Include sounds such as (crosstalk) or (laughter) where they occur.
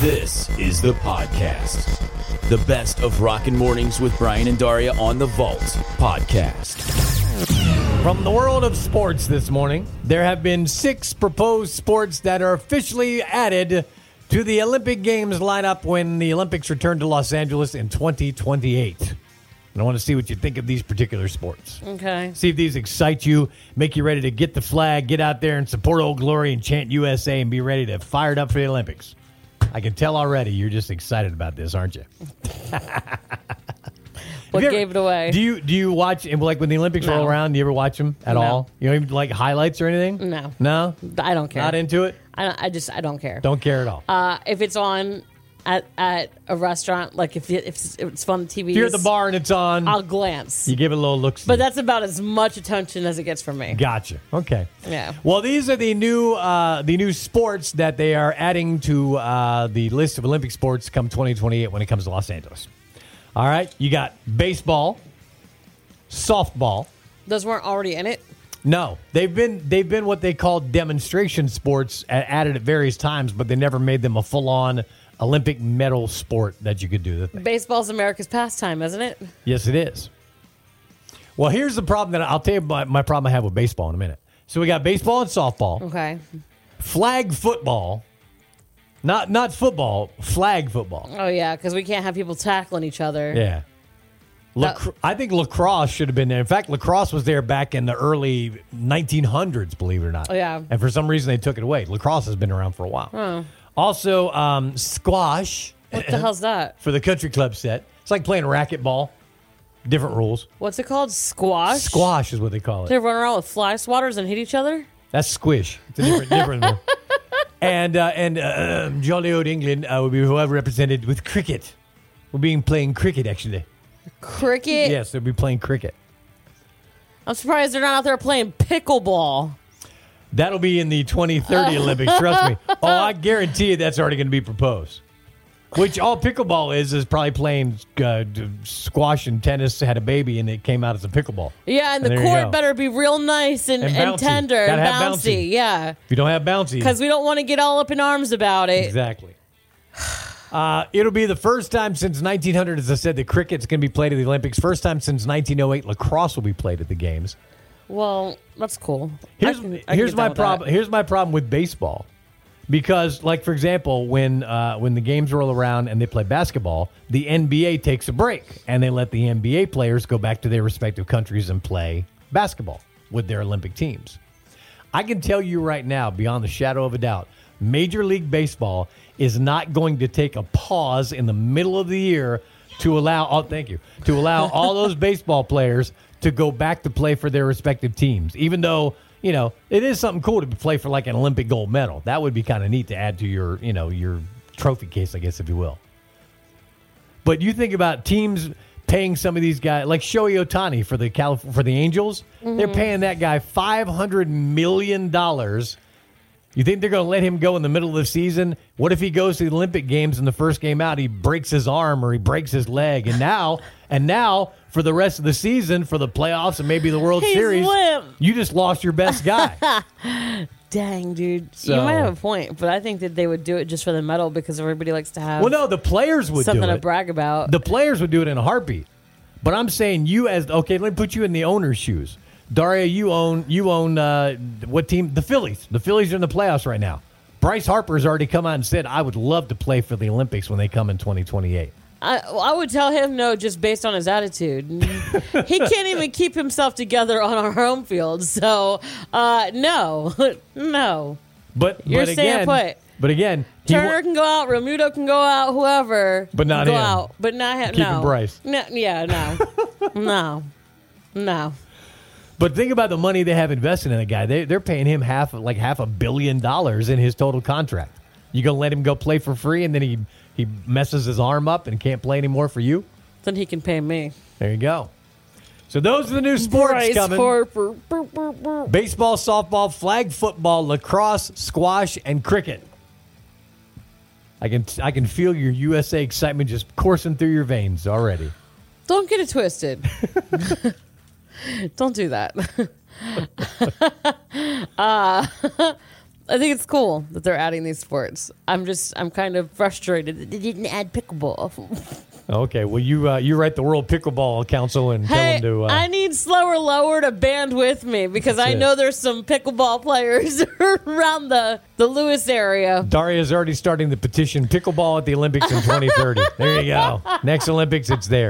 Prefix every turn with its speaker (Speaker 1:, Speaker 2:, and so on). Speaker 1: This is the podcast. The best of Rockin' Mornings with Brian and Daria on the Vault podcast.
Speaker 2: From the world of sports this morning, there have been six proposed sports that are officially added to the Olympic Games lineup when the Olympics return to Los Angeles in 2028. And I want to see what you think of these particular sports.
Speaker 3: Okay.
Speaker 2: See if these excite you, make you ready to get the flag, get out there and support Old Glory and chant USA and be ready to fire it up for the Olympics. I can tell already you're just excited about this, aren't you?
Speaker 3: What
Speaker 2: Have you ever-
Speaker 3: gave it away?
Speaker 2: Do you do you watch and like when the Olympics roll
Speaker 3: No.
Speaker 2: around? Do you ever watch them at
Speaker 3: No.
Speaker 2: all? You don't even like highlights or anything?
Speaker 3: No.
Speaker 2: no,
Speaker 3: I don't care.
Speaker 2: not into it.
Speaker 3: I, don't, I just I don't care.
Speaker 2: Don't care at all.
Speaker 3: Uh, if it's on at at a restaurant, like if it, if it's- if it's on TV,
Speaker 2: if you're at the bar and it's on,
Speaker 3: I'll glance.
Speaker 2: you give it a little look.
Speaker 3: But that's about as much attention as it gets from me.
Speaker 2: Gotcha. Okay.
Speaker 3: Yeah.
Speaker 2: Well, these are the new uh, the new sports that they are adding to uh, the list of Olympic sports come 2028 when it comes to Los Angeles. All right, you got baseball, softball.
Speaker 3: Those weren't already in it.
Speaker 2: No, they've been they've been what they call demonstration sports a- added at various times, but they never made them a full on Olympic medal sport that you could do the thing.
Speaker 3: Baseball's America's pastime, isn't it?
Speaker 2: Yes, it is. Well, here's the problem that I'll tell you my, my problem I have with baseball in a minute. So we got baseball and softball,
Speaker 3: Okay.
Speaker 2: flag football, not not football, flag football.
Speaker 3: Oh yeah, because we can't have people tackling each other.
Speaker 2: Yeah. Lac- I think lacrosse should have been there. In fact, lacrosse was there back in the early 1900s, believe it or not.
Speaker 3: Oh, yeah.
Speaker 2: And for some reason, they took it away. Lacrosse has been around for a while. Also, um, squash
Speaker 3: What the hell's that?
Speaker 2: for the country club set. It's like playing racquetball, different rules.
Speaker 3: What's it called? Squash.
Speaker 2: Squash is what they call it.
Speaker 3: They run around with fly swatters and hit each other.
Speaker 2: That's squish. It's a different, different
Speaker 3: (laughs)
Speaker 2: one. And uh, and uh, jolly old England uh, will be well represented with cricket. We'll be playing cricket actually.
Speaker 3: Cricket.
Speaker 2: yes, they'll be playing cricket.
Speaker 3: I'm surprised they're not out there playing pickleball.
Speaker 2: That'll be in the 2030 Olympics. Trust me. Oh, I guarantee you that's already going to be proposed. Which all pickleball is is probably playing uh, d- squash and tennis. Had a baby and it came out as a pickleball.
Speaker 3: Yeah, and the
Speaker 2: There you go.
Speaker 3: court better be real nice and,
Speaker 2: And
Speaker 3: and,
Speaker 2: bouncy.
Speaker 3: tender
Speaker 2: Gotta
Speaker 3: and
Speaker 2: have
Speaker 3: bouncy.
Speaker 2: bouncy.
Speaker 3: Yeah,
Speaker 2: If you don't have bouncy,
Speaker 3: because we don't want to get all up in arms about it.
Speaker 2: Exactly. (sighs) Uh, it'll be the first time since 1900, as I said, the cricket's going to be played at the Olympics. First time since 1908, lacrosse will be played at the games.
Speaker 3: Well, that's cool. I
Speaker 2: Here's
Speaker 3: can- I can
Speaker 2: here's
Speaker 3: get
Speaker 2: my
Speaker 3: down with that.
Speaker 2: problem. Here's my problem with baseball, because like for example, when uh, when the games roll around and they play basketball, the NBA takes a break and they let the NBA players go back to their respective countries and play basketball with their Olympic teams. I can tell you right now, beyond the shadow of a doubt, Major League Baseball is not going to take a pause in the middle of the year to allow. Oh, thank you. To allow all those baseball players to go back to play for their respective teams, even though you know it is something cool to play for like an Olympic gold medal. That would be kind of neat to add to your you know your trophy case, I guess, if you will. But you think about teams paying some of these guys, like Shohei Otani for the Calif- for the Angels,
Speaker 3: Mm-hmm.
Speaker 2: they're paying that guy five hundred million dollars. You think they're going to let him go in the middle of the season? What if he goes to the Olympic Games and the first game out he breaks his arm or he breaks his leg, and now and now for the rest of the season for the playoffs and maybe the World
Speaker 3: He's
Speaker 2: Series,
Speaker 3: limp.
Speaker 2: you just lost your best
Speaker 3: (laughs)
Speaker 2: guy.
Speaker 3: Dang, dude,
Speaker 2: So-
Speaker 3: you might have a point, but I think that they would do it just for the medal because everybody likes to have
Speaker 2: well, no, the players would
Speaker 3: something
Speaker 2: do
Speaker 3: to
Speaker 2: it.
Speaker 3: brag about.
Speaker 2: The players would do it in a heartbeat. But I'm saying you as okay. Let me put you in the owner's shoes. Daria, you own you own uh, what team? The Phillies. The Phillies are in the playoffs right now. Bryce Harper has already come out and said, "I would love to play for the Olympics when they come in 2028."
Speaker 3: I, well, I would tell him no, just based on his attitude.
Speaker 2: (laughs)
Speaker 3: he can't even keep himself together on our home field, so uh, no, (laughs) no.
Speaker 2: But
Speaker 3: You're
Speaker 2: but
Speaker 3: staying
Speaker 2: again,
Speaker 3: put.
Speaker 2: but again, he wa-
Speaker 3: Turner can go out, Ramudo can go out, whoever.
Speaker 2: But not
Speaker 3: can go
Speaker 2: him.
Speaker 3: out, but not him.
Speaker 2: Keeping
Speaker 3: no,
Speaker 2: Bryce.
Speaker 3: No, yeah,
Speaker 2: (laughs)
Speaker 3: no, no, no.
Speaker 2: but think about the money they have invested in the guy. They they're paying him half like half a billion dollars in his total contract. You gonna let him go play for free and then he he messes his arm up and can't play anymore for you?
Speaker 3: Then he can pay me.
Speaker 2: There you go. So those are the new sports
Speaker 3: Bryce
Speaker 2: coming.
Speaker 3: Harper. Boop, boop, boop.
Speaker 2: Baseball, softball, flag football, lacrosse, squash, and cricket. I can I can feel your USA excitement just coursing through your veins already.
Speaker 3: Don't get it twisted. Don't do that. (laughs) uh, (laughs) I think it's cool that they're adding these sports. I'm just, I'm kind of frustrated that they didn't add pickleball.
Speaker 2: Okay, well you uh, you write the World Pickleball Council and tell
Speaker 3: Hey,
Speaker 2: them to. Uh,
Speaker 3: I need slower lower to band with me because I
Speaker 2: it.
Speaker 3: know there's some pickleball players (laughs) around the the Lewis area.
Speaker 2: Daria
Speaker 3: (laughs)
Speaker 2: is already starting the petition pickleball at the Olympics in 2030. there you go. Next Olympics, it's there.